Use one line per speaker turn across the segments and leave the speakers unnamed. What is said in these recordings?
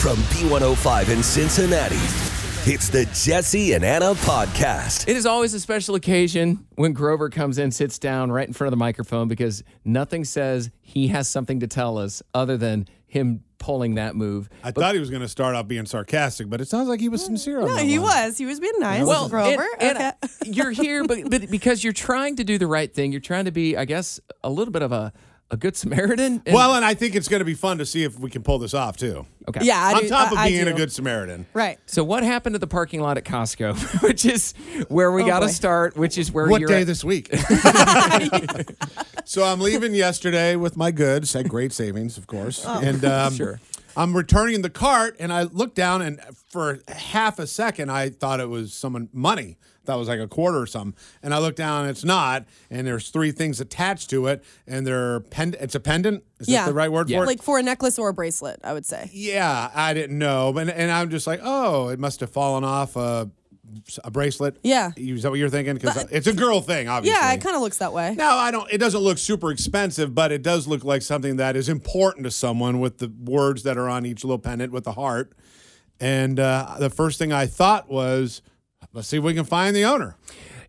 From B105 in Cincinnati, it's the Jesse and Anna podcast.
It is always a special occasion when Grover comes in, sits down right in front of the microphone because nothing says he has something to tell us other than him pulling that move.
I thought he was going to start off being sarcastic, but it sounds like he was sincere. on
Mm, No,
that
he
one.
was. He was being nice.
Well,
Grover.
and-
okay.
and you're here, but, but because you're trying to do the right thing, you're trying to be, I guess, a little bit of a, a good Samaritan. And-
Well, uh, and I think it's going to be fun to see if we can pull this off too.
okay.
yeah, I
on
do-
top of
I- I
being a
do.
good Samaritan.
Right.
So what happened at the parking lot at Costco, which is where we got to
boy.
start, which is where
What
you're
day
at.
this week? so I'm leaving yesterday with my goods at great savings, of course.
Oh,
and um,
Sure.
I'm returning the cart, and I looked down, and for half a second, I thought it was someone money. That was like a quarter or something. And I looked down, and it's not. And there's three things attached to it, and they're pend- It's a pendant. Is
Yeah.
that the right word for it?
Like for a necklace or a bracelet, I would say.
Yeah, I didn't know, but and I'm just like, oh, it must have fallen off a, a bracelet.
Yeah.
You- is that what you're thinking? Because it's a girl thing, obviously.
Yeah, it kind of looks that way.
No, I don't. It doesn't look super expensive, but it does look like something that is important to someone with the words that are on each little pendant with the heart. And uh, the first thing I thought was, let's see if we can find the owner.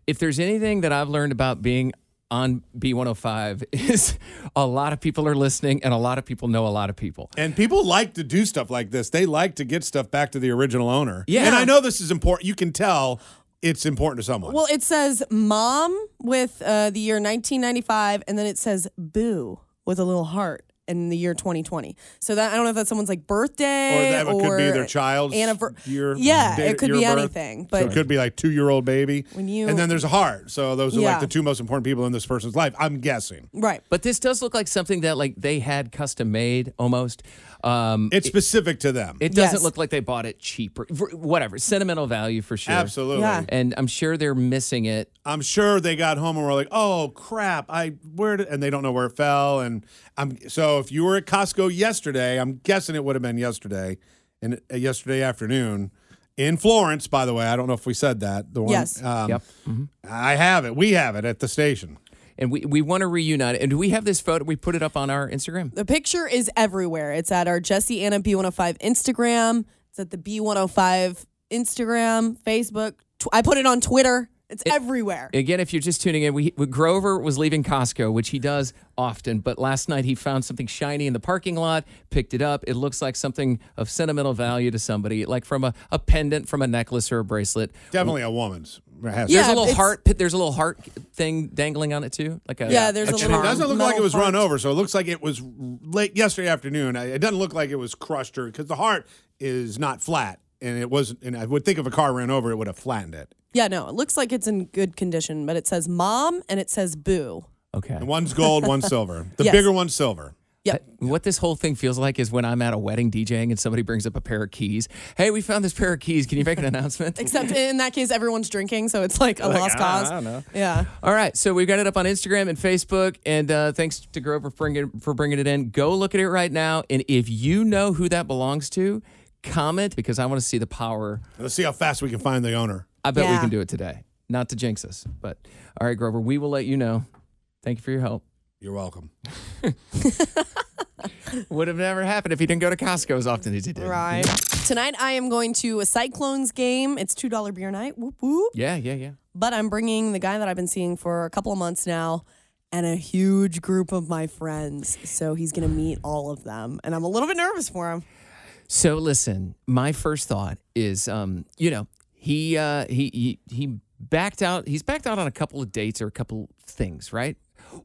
if there's anything that I've learned about being on B105 is a lot of people are listening and a lot of people know a lot of people.
And people like to do stuff like this. They like to get stuff back to the original owner.
Yeah.
And I know this is important. You can tell it's important to someone.
Well, it says mom with uh, the year 1995, and then it says boo with a little heart in the year 2020. So that I don't know if that's someone's like birthday
Or that would- could be their child's
anniver-
year-
Yeah,
date-
it could
year
be
of birth.
anything.
So
But
it could be like two year old baby.
When you-
and then there's a heart. So those are like
Yeah.
the two most important people in this person's life. I'm guessing.
right.
But this does look like something that like they had custom made almost. Um,
It's specific to them.
it doesn't
Yes.
look like they bought it cheaper. Whatever, sentimental value for sure.
Absolutely.
Yeah.
And I'm sure they're missing it.
I'm sure they got home and were like, "Oh crap, I where?" Did, and they don't know where it fell. And I'm so if you were at Costco yesterday, I'm guessing it would have been yesterday, and uh, yesterday afternoon in Florence. By the way, I don't know if we said that. The one,
Yes.
Um,
Yep. Mm-hmm.
I have it. We have it at the station.
And we, we want to reunite. it. And do we have this photo? We put it up on our Instagram.
The picture is everywhere. It's at our Jesse Anna B105 Instagram. It's at the B105 Instagram, Facebook. Tw- I put it on Twitter. It's everywhere.
Again, if you're just tuning in, we, we- Grover was leaving Costco, which he does often, but last night he found something shiny in the parking lot, picked it up. It looks like something of sentimental value to somebody, like from a, a pendant, from a necklace or a bracelet.
Definitely a woman's. It has-
There's
Yeah,
a little
it's-
heart. There's a little heart thing dangling on it too, like a
Yeah, there's a
charm.
little-
It doesn't look like it
metal
was run
heart.
over, so it looks like it was late yesterday afternoon. I- It doesn't look like it was crushed or because the heart is not flat, and it wasn't. And I would think if a car ran over, it would have flattened it.
yeah, no, it looks like it's in good condition, but it says mom and it says boo.
Okay.
And one's gold, one's silver. The
Yes.
bigger one's silver.
Yep.
What this whole thing feels like is when I'm at a wedding DJing and somebody brings up a pair of keys. Hey, we found this pair of keys. Can you make an announcement?
Except in that case, everyone's drinking, so it's like a lost cause.
I don't know.
Yeah.
All right, so we've got it up on Instagram and Facebook, and uh, thanks to Grover for bringing, for bringing it in. Go look at it right now, and if you know who that belongs to, comment because I want to see the power.
Let's see how fast we can find the owner.
I bet we
Yeah.
can do it today. Not to jinx us, but all right, Grover, we will let you know. Thank you for your help.
You're welcome.
Would have never happened if he didn't go to Costco as often as he did.
Right. Tonight, I am going to a Cyclones game. It's $2 beer night. Whoop, whoop.
Yeah, yeah, yeah.
But I'm bringing the guy that I've been seeing for a couple of months now. and a huge group of my friends. So he's going to meet all of them. And I'm a little bit nervous for him.
So listen, my first thought is, um, you know, he uh, he he he backed out. He's backed out on a couple of dates or a couple things, right?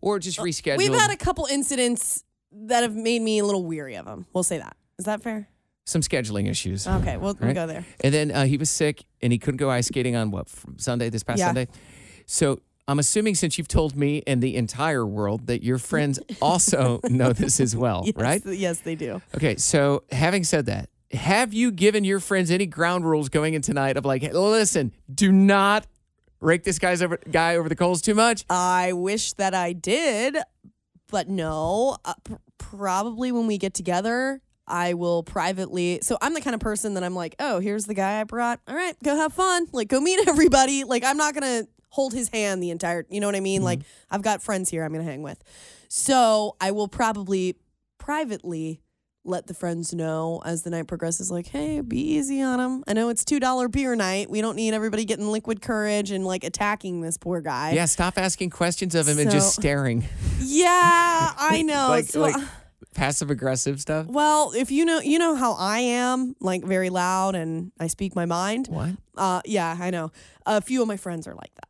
Or just rescheduled.
Uh, We've had a couple incidents that have made me a little weary of him. We'll say that. Is that fair?
some scheduling issues.
Okay, we'll, we'll
Right.
go there.
And then uh, he was sick and he couldn't go ice skating on what from Sunday this past
Yeah.
Sunday. So I'm assuming since you've told me and the entire world that your friends also know this as well,
Yes,
right?
Yes, they do.
Okay, so having said that, have you given your friends any ground rules going in tonight of like, listen, do not rake this guy's over, guy over the coals too much?
I wish that I did, but no. Uh, pr- probably when we get together, I will privately. So I'm the kind of person that I'm like, oh, here's the guy I brought. All right, go have fun. Like, go meet everybody. Like, I'm not going to hold his hand the entire. You know what I mean? Like, I've got friends here I'm going to hang with. So I will probably privately let the friends know as the night progresses like hey be easy on him i know it's $2 beer night we don't need everybody getting liquid courage and like attacking this poor guy
Yeah, stop asking questions of him and just
So-
staring.
yeah, I know.
like,
So- uh,
like passive aggressive stuff.
well, if you know, you know how I am, like very loud and I speak my mind.
What?
Uh, yeah, I know. A few of my friends are like that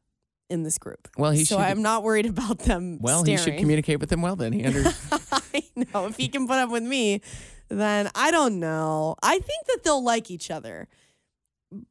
in this group.
Well, he
so
should-
I'm not worried about them.
Well,
staring.
he should communicate with them well then. He under-
I know. If he can put up with me, then I don't know. I think that they'll like each other.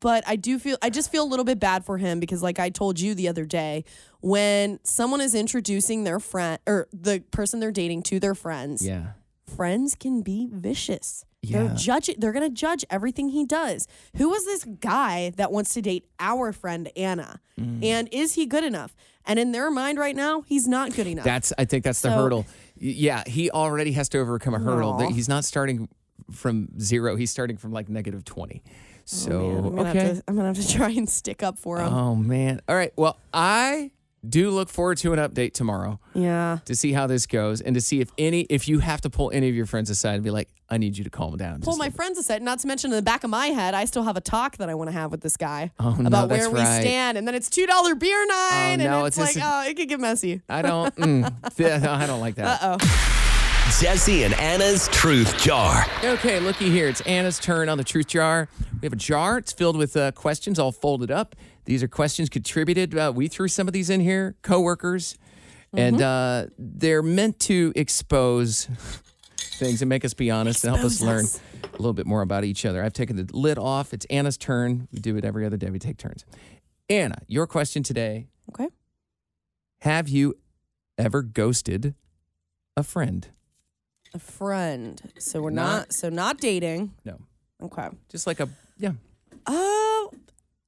But I do feel, I just feel a little bit bad for him because, like I told you the other day, when someone is introducing their friend or the person they're dating to their friends,
yeah.
friends can be vicious.
Yeah.
They're judging. They're gonna judge everything he does. Who is this guy that wants to date our friend Anna?
Mm.
And is he good enough? And in their mind right now, he's not good enough.
That's I think that's the
So-
hurdle. Y- Yeah, he already has to overcome a hurdle.
Aw.
That He's not starting from zero. He's starting from like negative twenty. So
Oh, Man, I'm gonna,
okay.
have to, I'm gonna have to try and stick up for him.
oh man. All right. Well, I do look forward to an update tomorrow
yeah.
to see how this goes and to see if any if you have to pull any of your friends aside and be like, I need you to calm down.
Pull
Just-
my friends aside. Not to mention, in the back of my head, I still have a talk that I want to have with this guy
Oh, no,
about where
that's
we
right.
stand. And then it's two dollar beer night,
no,
and it's,
it's
like,
just
oh, it could get messy.
I don't. mm, th- no, I don't like that.
Jesse and Anna's Truth Jar.
Okay, looky here. It's Anna's turn on the truth jar. We have a jar. It's filled with uh, questions, all folded up. These are questions contributed. Uh, we threw some of these in here, coworkers, and uh, they're meant to expose things and make us be honest and help us learn a little bit more about each other. I've taken the lid off. It's Anna's turn. We do it every other day. We take turns. Anna, your question today:
Okay.
Have you ever ghosted a friend?
A friend. So we're
Not-
not so not dating.
No,
Okay.
just like a yeah.
Oh,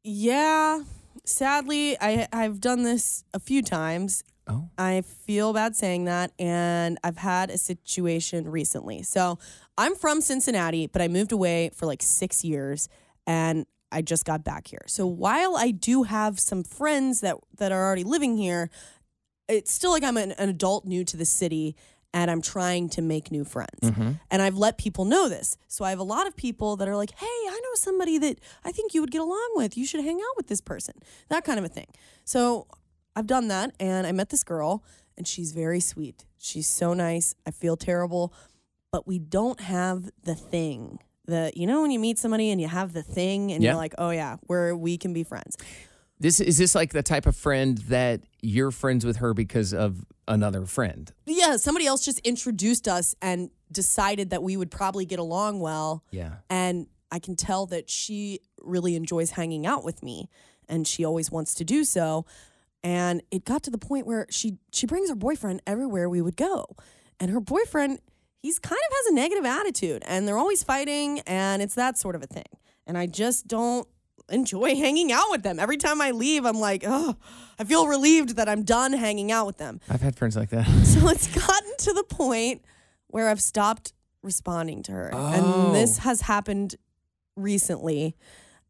yeah. Sadly, I I've done this a few times.
Oh.
I feel bad saying that, and I've had a situation recently. So I'm from Cincinnati, but I moved away for like six years, and I just got back here. So while I do have some friends that that are already living here, it's still like I'm an, an adult new to the city and I'm trying to make new friends. And I've let people know this. So I have a lot of people that are like, hey, I know somebody that I think you would get along with. You should hang out with this person, that kind of a thing. So I've done that and I met this girl and she's very sweet. She's so nice. I feel terrible, but we don't have the thing. The, you know when you meet somebody and you have the thing and
Yeah.
you're like, oh yeah, we're we can be friends.
This is this like the type of friend that you're friends with her because of another friend.
yeah, somebody else just introduced us and decided that we would probably get along well.
Yeah.
And I can tell that she really enjoys hanging out with me and she always wants to do so. And it got to the point where she she brings her boyfriend everywhere we would go. And her boyfriend, he's kind of has a negative attitude and they're always fighting and it's that sort of a thing. And I just don't enjoy hanging out with them. Every time I leave, I'm like, oh, I feel relieved that I'm done hanging out with them.
I've had friends like that.
So it's gotten to the point where I've stopped responding to her.
Oh.
And this has happened recently.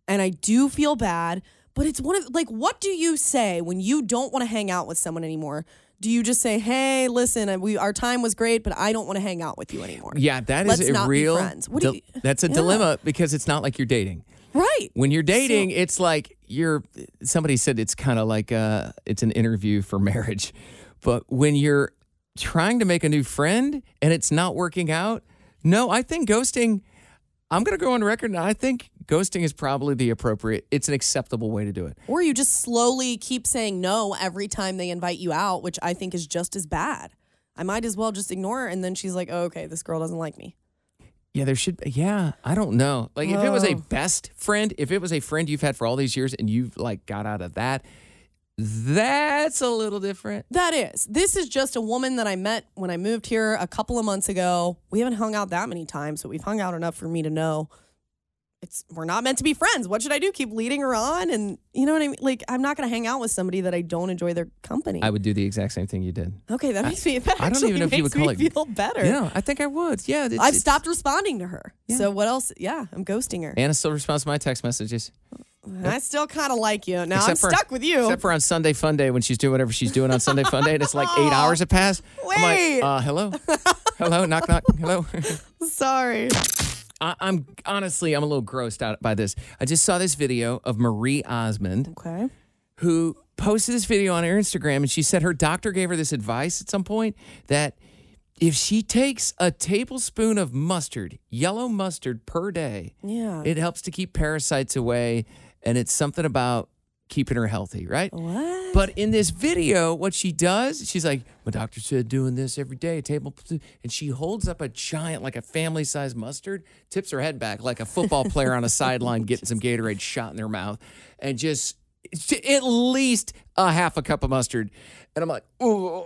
And I do feel bad, but it's one of like, what do you say when you don't want to hang out with someone anymore? Do you just say, hey, listen, I- we, our time was great, but I don't want to hang out with you anymore?
Yeah, that is
Let's
a
not be
real
friends. What do
di-
you-
That's a
Yeah.
dilemma because it's not like you're dating.
Right.
When you're dating, it's like you're somebody said it's kind of like uh it's an interview for marriage. But when you're trying to make a new friend and it's not working out, no, I think ghosting, I'm going to go on record. and I think ghosting is probably the appropriate, it's an acceptable way to do it.
Or you just slowly keep saying no every time they invite you out, which I think is just as bad. I might as well just ignore her. And then she's like, oh, okay, this girl doesn't like me.
Yeah, there should be. Yeah, I don't know. Like, if it was a best friend, if it was a friend you've had for all these years and you've like got out of that, that's a little different.
That is. This is just a woman that I met when I moved here a couple of months ago. We haven't hung out that many times, but we've hung out enough for me to know it's we're not meant to be friends. What should I do? Keep leading her on and you know what I mean? Like I'm not going to hang out with somebody that I don't enjoy their company.
I would do the exact same thing you did.
okay, that makes me that
I don't
actually
even know if you
makes
would call
me
it-
feel better.
Yeah, I think I would. Yeah, it's,
I've
it's-
stopped responding to her. So what else? Yeah, I'm ghosting her.
Anna still responds to my text messages.
And I still kind of like you. Now I'm
Except for-
stuck with you.
Except for on Sunday Fun Day when she's doing whatever she's doing on Sunday Fun Day, and it's like eight hours have passed. I'm
Oh, Wait.
like, uh, hello, hello, knock knock, hello.
Sorry.
I, I'm honestly, I'm a little grossed out by this. I just saw this video of Marie Osmond
Okay.
who posted this video on her Instagram, and she said her doctor gave her this advice at some point that if she takes a tablespoon of mustard, yellow mustard per day,
Yeah.
it helps to keep parasites away, and it's something about keeping her healthy, right?
What?
But in this video, what she does, she's like, "My doctor said doing this every day, table," and she holds up a giant, like a family-sized mustard, tips her head back like a football player on a sideline getting some Gatorade shot in their mouth, and just at least a half a cup of mustard. And I'm like, uh, "Ooh,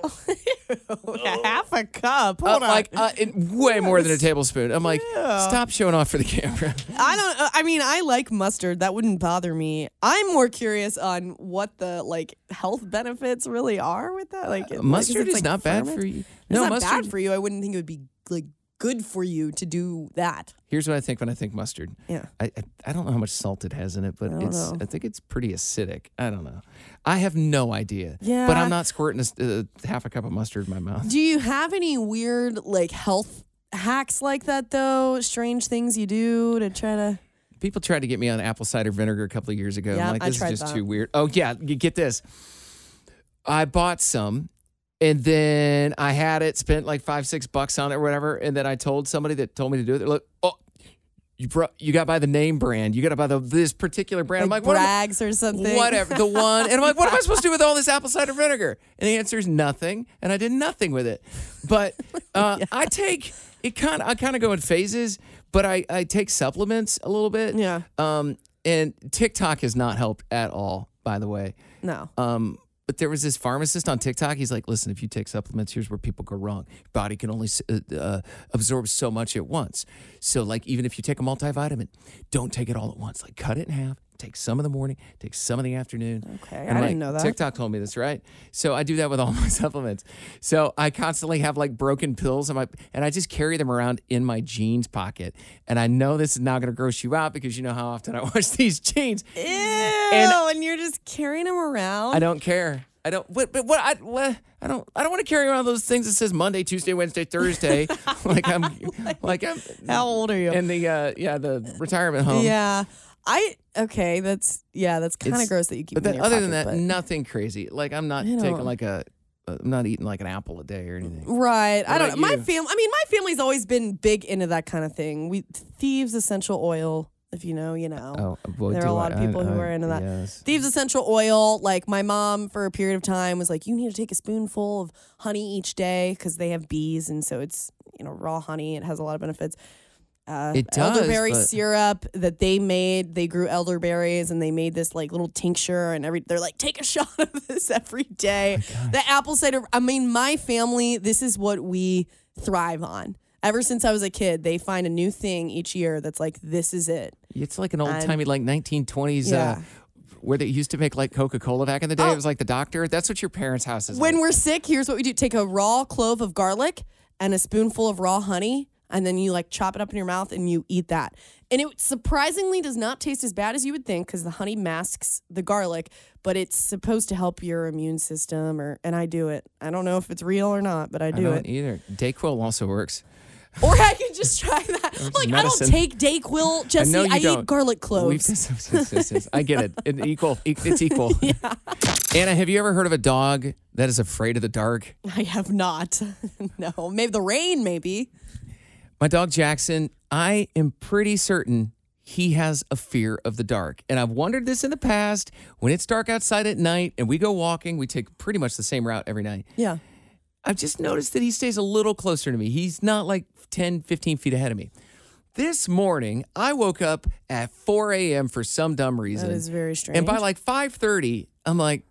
half a cup.
uh,
Hold on.
like uh, it- way more than a tablespoon." I'm like, "Stop showing off for the camera."
I don't. uh, I mean, I like mustard. That wouldn't bother me. I'm more curious on what the like health benefits really are with that. Like it- like, 'cause
mustard
it's,
is
like,
not bad
ferment-
for you.
It's
No,
not
mustard.
bad for you. I wouldn't think it would be like good for you to do that.
Here's what I think when I think mustard.
Yeah.
I, I, I don't know how much salt it has in it, but
don't
it's
know.
I think it's pretty acidic. I don't know. I have no idea.
Yeah.
But I'm not squirting a s uh, half a cup of mustard in my mouth.
Do you have any weird like health hacks like that though? Strange things you do to try to.
People tried to get me on apple cider vinegar a couple of years ago.
Yeah,
I'm like,
I
this
tried
is just
that.
too weird. Oh yeah, you get this. I bought some. And then I had it, spent like five, six bucks on it or whatever. And then I told somebody that told me to do it. They're like, oh, you brought, you got by the name brand. You got to buy the this particular brand. I'm
Like,
like, what am I-
brags or something.
Whatever. The one. And I'm like, what am I supposed to do with all this apple cider vinegar? And the answer is nothing. And I did nothing with it. But uh, I take it kind of, I kind of go in phases, but I, I take supplements a little bit.
Yeah.
Um, and TikTok has not helped at all, by the way.
No.
Um, but there was this pharmacist on TikTok. He's like, listen, if you take supplements, here's where people go wrong. Your body can only uh, uh, absorb so much at once. So, like, even if you take a multivitamin, don't take it all at once. Like, cut it in half. Take some in the morning, take some in the afternoon.
Okay,
And,
I didn't
like,
know that.
TikTok told me this, right? So I do that with all my supplements. So I constantly have like broken pills, in my, and I just carry them around in my jeans pocket. And I know this is not going to gross you out because you know how often I wash these jeans.
and, and you're just carrying them around.
I don't care. I don't. But, but what I what, I don't I don't want to carry around those things that says Monday, Tuesday, Wednesday, Thursday. like I'm like I'm
How old are you?
in the uh, yeah the retirement home.
yeah. I okay. That's yeah. That's kind
It's-
of gross that you keep.
But
them
then
in
other
your
than that,
pocket, but-
nothing crazy. Like I'm not
You know-
taking like a uh, I'm not eating like an apple a day or anything.
Right. I
What
don't know.
about
My
you?
family, I mean, my family's always been big into that kind of thing. We Thieves Essential Oil, if you know, you know.
Oh, well,
there are a
do
lot of
I-
people
I-
who are into that.
yes.
Thieves Essential Oil, like my mom for a period of time was like, you need to take a spoonful of honey each day because they have bees. And so it's, you know, raw honey. It has a lot of benefits. Uh,
It does,
elderberry
but-
syrup that they made. They grew elderberries and they made this like little tincture and every. They're like, take a shot of this every day.
Oh
the apple cider. I mean, my family. This is what we thrive on. Ever since I was a kid, they find a new thing each year that's like, this is it.
It's like an old timey like 1920s. Uh,
Yeah. Oh.
where they used to make like Coca Cola back in the day, it was like the doctor. That's what your parents' house is.
When
like.
we're sick, here's what we do: take a raw clove of garlic and a spoonful of raw honey, and then you like chop it up in your mouth and you eat that. And it surprisingly does not taste as bad as you would think because the honey masks the garlic, but it's supposed to help your immune system. Or and I do it. I don't know if it's real or not, but I
I
do
don't
it.
either. Dayquil also works.
Or I can just try that. like I don't
medicine.
take Dayquil, Jesse.
know
I,
you don't.
eat garlic
We've-
cloves.
yes, yes, yes, yes. I get it. It equal. e- It's equal. Anna, have you ever heard of a dog that is afraid of the dark?
I have not. no, maybe the rain, maybe.
My dog Jackson, I am pretty certain he has a fear of the dark. And I've wondered this in the past when it's dark outside at night and we go walking, we take pretty much the same route every night.
Yeah.
I've just noticed that he stays a little closer to me. He's not like 10, 15 feet ahead of me. This morning, I woke up at 4 a.m. for some dumb reason.
is very
And by
strange.
like 5.30, I'm like,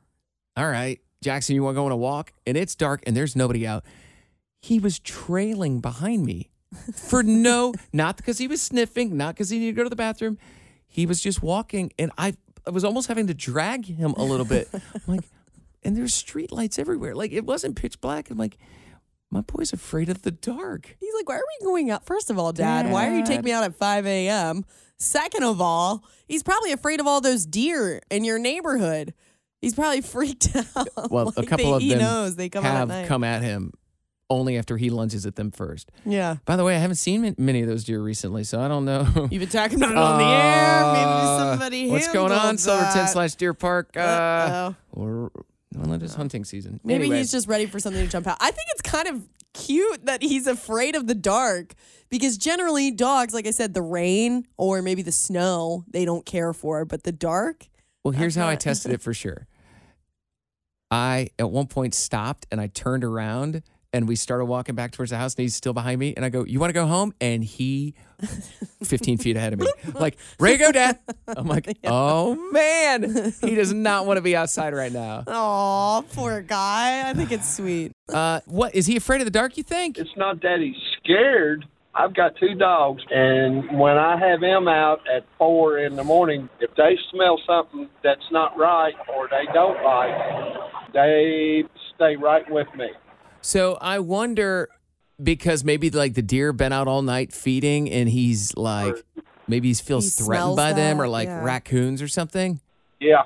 all right, Jackson, you want to go on a walk? And it's dark and there's nobody out. He was trailing behind me for no, not because he was sniffing, not because he needed to go to the bathroom. He was just walking, and I, I was almost having to drag him a little bit. I'm like, and there's street lights everywhere. Like it wasn't pitch black. I'm like, my boy's afraid of the dark.
He's like, why are we going out? First of all, Dad, why are you taking me out at 5 a.m.? Second of all, he's probably afraid of all those deer in your neighborhood. He's probably freaked out.
Well, a
Like,
couple
they-
of
he
them
knows they come out at
have
night.
come at him only after he lunges at them first.
yeah.
By the way, I haven't seen ma- many of those deer recently, so I don't know.
You've been talking about it on the air.
Uh,
Maybe somebody
What's going on,
handled
Silverton
that.
slash Deer Park? Uh,
Uh-oh.
or well, it is hunting season.
Maybe
Anyway.
he's just ready for something to jump out. I think it's kind of cute that he's afraid of the dark because generally dogs, like I said, the rain or maybe the snow, they don't care for, but the dark,
Well, here's how I tested it for sure. I at one point stopped and I turned around and we started walking back towards the house and he's still behind me and I go, "You want to go home?" And he, 15 feet ahead of me, like, "Ready to go, Dad?" I'm like, "Oh man, he does not want to be outside right now."
oh, poor guy. I think it's sweet.
Uh, what is he afraid of the dark? You think?
It's not that he's scared. I've got two dogs, and when I have them out at four in the morning, if they smell something that's not right or they don't like, they stay right with me.
So I wonder because maybe like the deer been out all night feeding and he's like maybe he feels
He
threatened
smells
by them
that,
or like
yeah.
raccoons or something.
Yeah,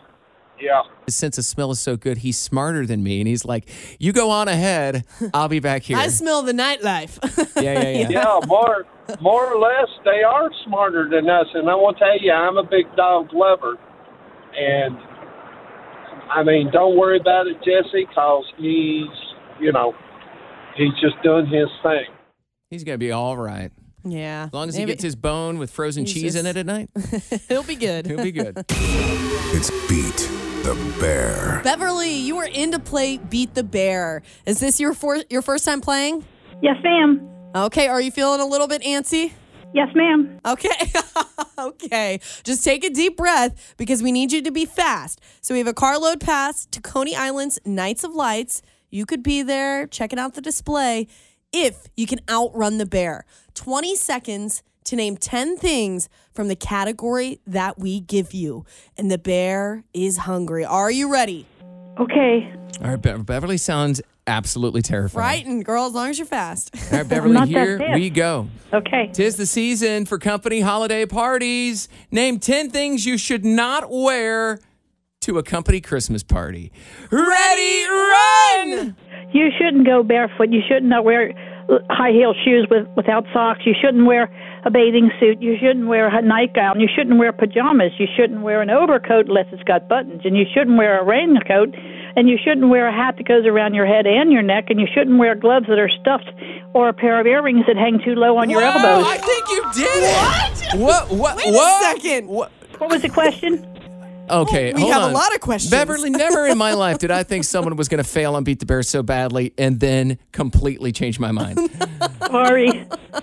yeah.
his sense of smell is so good. He's smarter than me, and he's like, "You go on ahead. I'll be back here."
I smell the nightlife.
yeah, yeah, yeah.
Yeah, more more or less, they are smarter than us. And I will tell you, I'm a big dog lover, and I mean, don't worry about it, Jesse, 'cause he's you know he's just doing his thing.
He's gonna be all right
yeah.
as long as
Maybe-
he gets his bone with frozen
He's
cheese in it
just-
at night.
He'll be good.
He'll be good.
It's Beat the Bear.
Beverly, you were in to play Beat the Bear. Is this your for- your first time playing?
Yes, ma'am.
Okay, are you feeling a little bit antsy?
Yes, ma'am.
Okay. okay. Just take a deep breath because we need you to be fast. So we have a carload pass to Coney Island's Knights of Lights. You could be there checking out the display if you can outrun the bear. 20 seconds to name 10 things from the category that we give you. And the bear is hungry. Are you ready?
Okay.
all right, Bev- Beverly sounds absolutely terrifying.
Frightened, girl, as long as you're fast.
All right, Beverly,
not that
here
fast.
we go.
Okay.
Tis the season for company holiday parties. Name 10 things you should not wear to a company Christmas party. Ready, run!
You shouldn't go barefoot. You shouldn't uh, wear high heel shoes with, without socks. You shouldn't wear a bathing suit. You shouldn't wear a nightgown. You shouldn't wear pajamas. You shouldn't wear an overcoat unless it's got buttons. And you shouldn't wear a raincoat. And you shouldn't wear a hat that goes around your head and your neck. And you shouldn't wear gloves that are stuffed or a pair of earrings that hang too low on your
Wow,
elbows.
Oh, I think you did it. What? What? What?
Wait a second.
What was the question?
Okay,
Well, we
hold
have a
on.
lot of questions.
Beverly, never in my life did I think someone was going to fail on Beat the Bear so badly and then completely change my mind.
Sorry.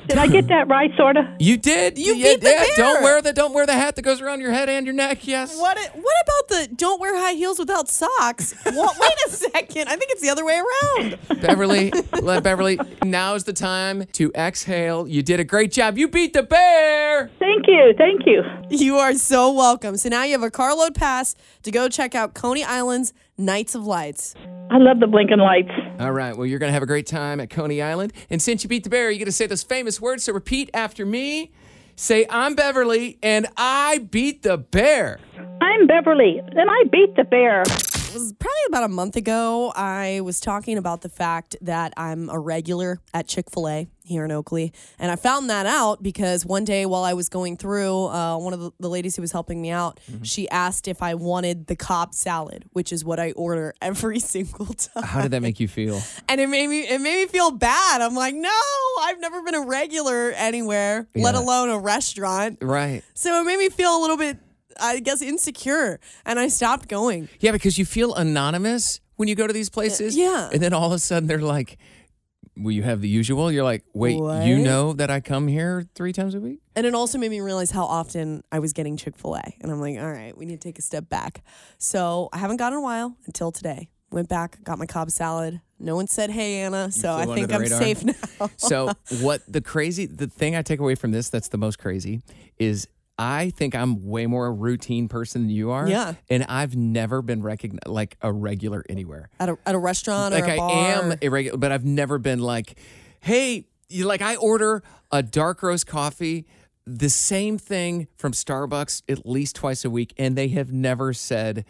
Did I get that right, sort of?
You did.
You
yeah,
beat the
yeah, Don't
bear.
wear the don't wear the hat that goes around your head and your neck. Yes.
What what about the don't wear high heels without socks? What, wait a second. I think it's the other way around.
Beverly, le- Beverly, now is the time to exhale. You did a great job. You beat the bear.
Thank you. Thank you.
You are so welcome. So now you have a carload pass to go check out Coney Island's Nights of Lights.
I love the blinking lights.
All right. Well, you're going to have a great time at Coney Island. And since you beat the bear, you're going to say those famous words. So repeat after me. Say, "I'm Beverly, and I beat the bear."
I'm Beverly, and I beat the bear.
was probably about a month ago. I was talking about the fact that I'm a regular at Chick fil A here in Oakley. And I found that out because one day while I was going through, uh, one of the, the ladies who was helping me out, she asked if I wanted the Cobb salad, which is what I order every single time.
How did that make you feel?
and it made me it made me feel bad. I'm like, no, I've never been a regular anywhere, let
Yeah.
alone a restaurant.
Right.
So it made me feel a little bit, I guess, insecure, and I stopped going.
Yeah, because you feel anonymous when you go to these places.
yeah.
And then all of a sudden they're like, Will you have the usual? You're like, Wait,
What?
you know that I come here three times a week?
And it also made me realize how often I was getting Chick fil A. And I'm like, all right, we need to take a step back. So I haven't gone in a while until today. Went back, got my Cobb salad. No one said, hey, Anna. So I
flew under
think
the
I'm
radar.
safe now.
so what the crazy the thing I take away from this that's the most crazy is I think I'm way more a routine person than you are.
Yeah.
And I've never been recognized like a regular anywhere.
At a, at a restaurant
like
or a
I
bar.
am irregular, but I've never been like, hey, you like I order a dark roast coffee, the same thing from Starbucks at least twice a week, and they have never said,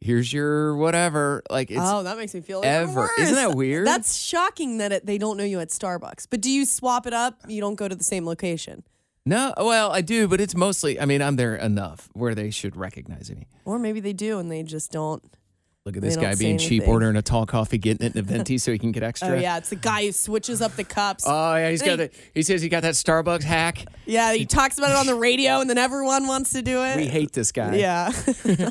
here's your whatever. Like it's
Oh, that makes me feel even
ever. Isn't
worse.
that weird?
That's shocking that it, they don't know you at Starbucks. But do you swap it up? You don't go to the same location,
no. Well, I do, but it's mostly. I mean, I'm there enough where they should recognize me.
or maybe they do and they just don't.
Look at
They
this
don't
guy
say
being cheap,
anything.
ordering a tall coffee, getting it in a venti so he can get extra.
Oh yeah, it's the guy who switches up the cups.
Oh yeah, he's got
They-
the, he says he got that Starbucks hack.
yeah, he talks about it on the radio, and then everyone wants to do it.
We hate this guy.
yeah.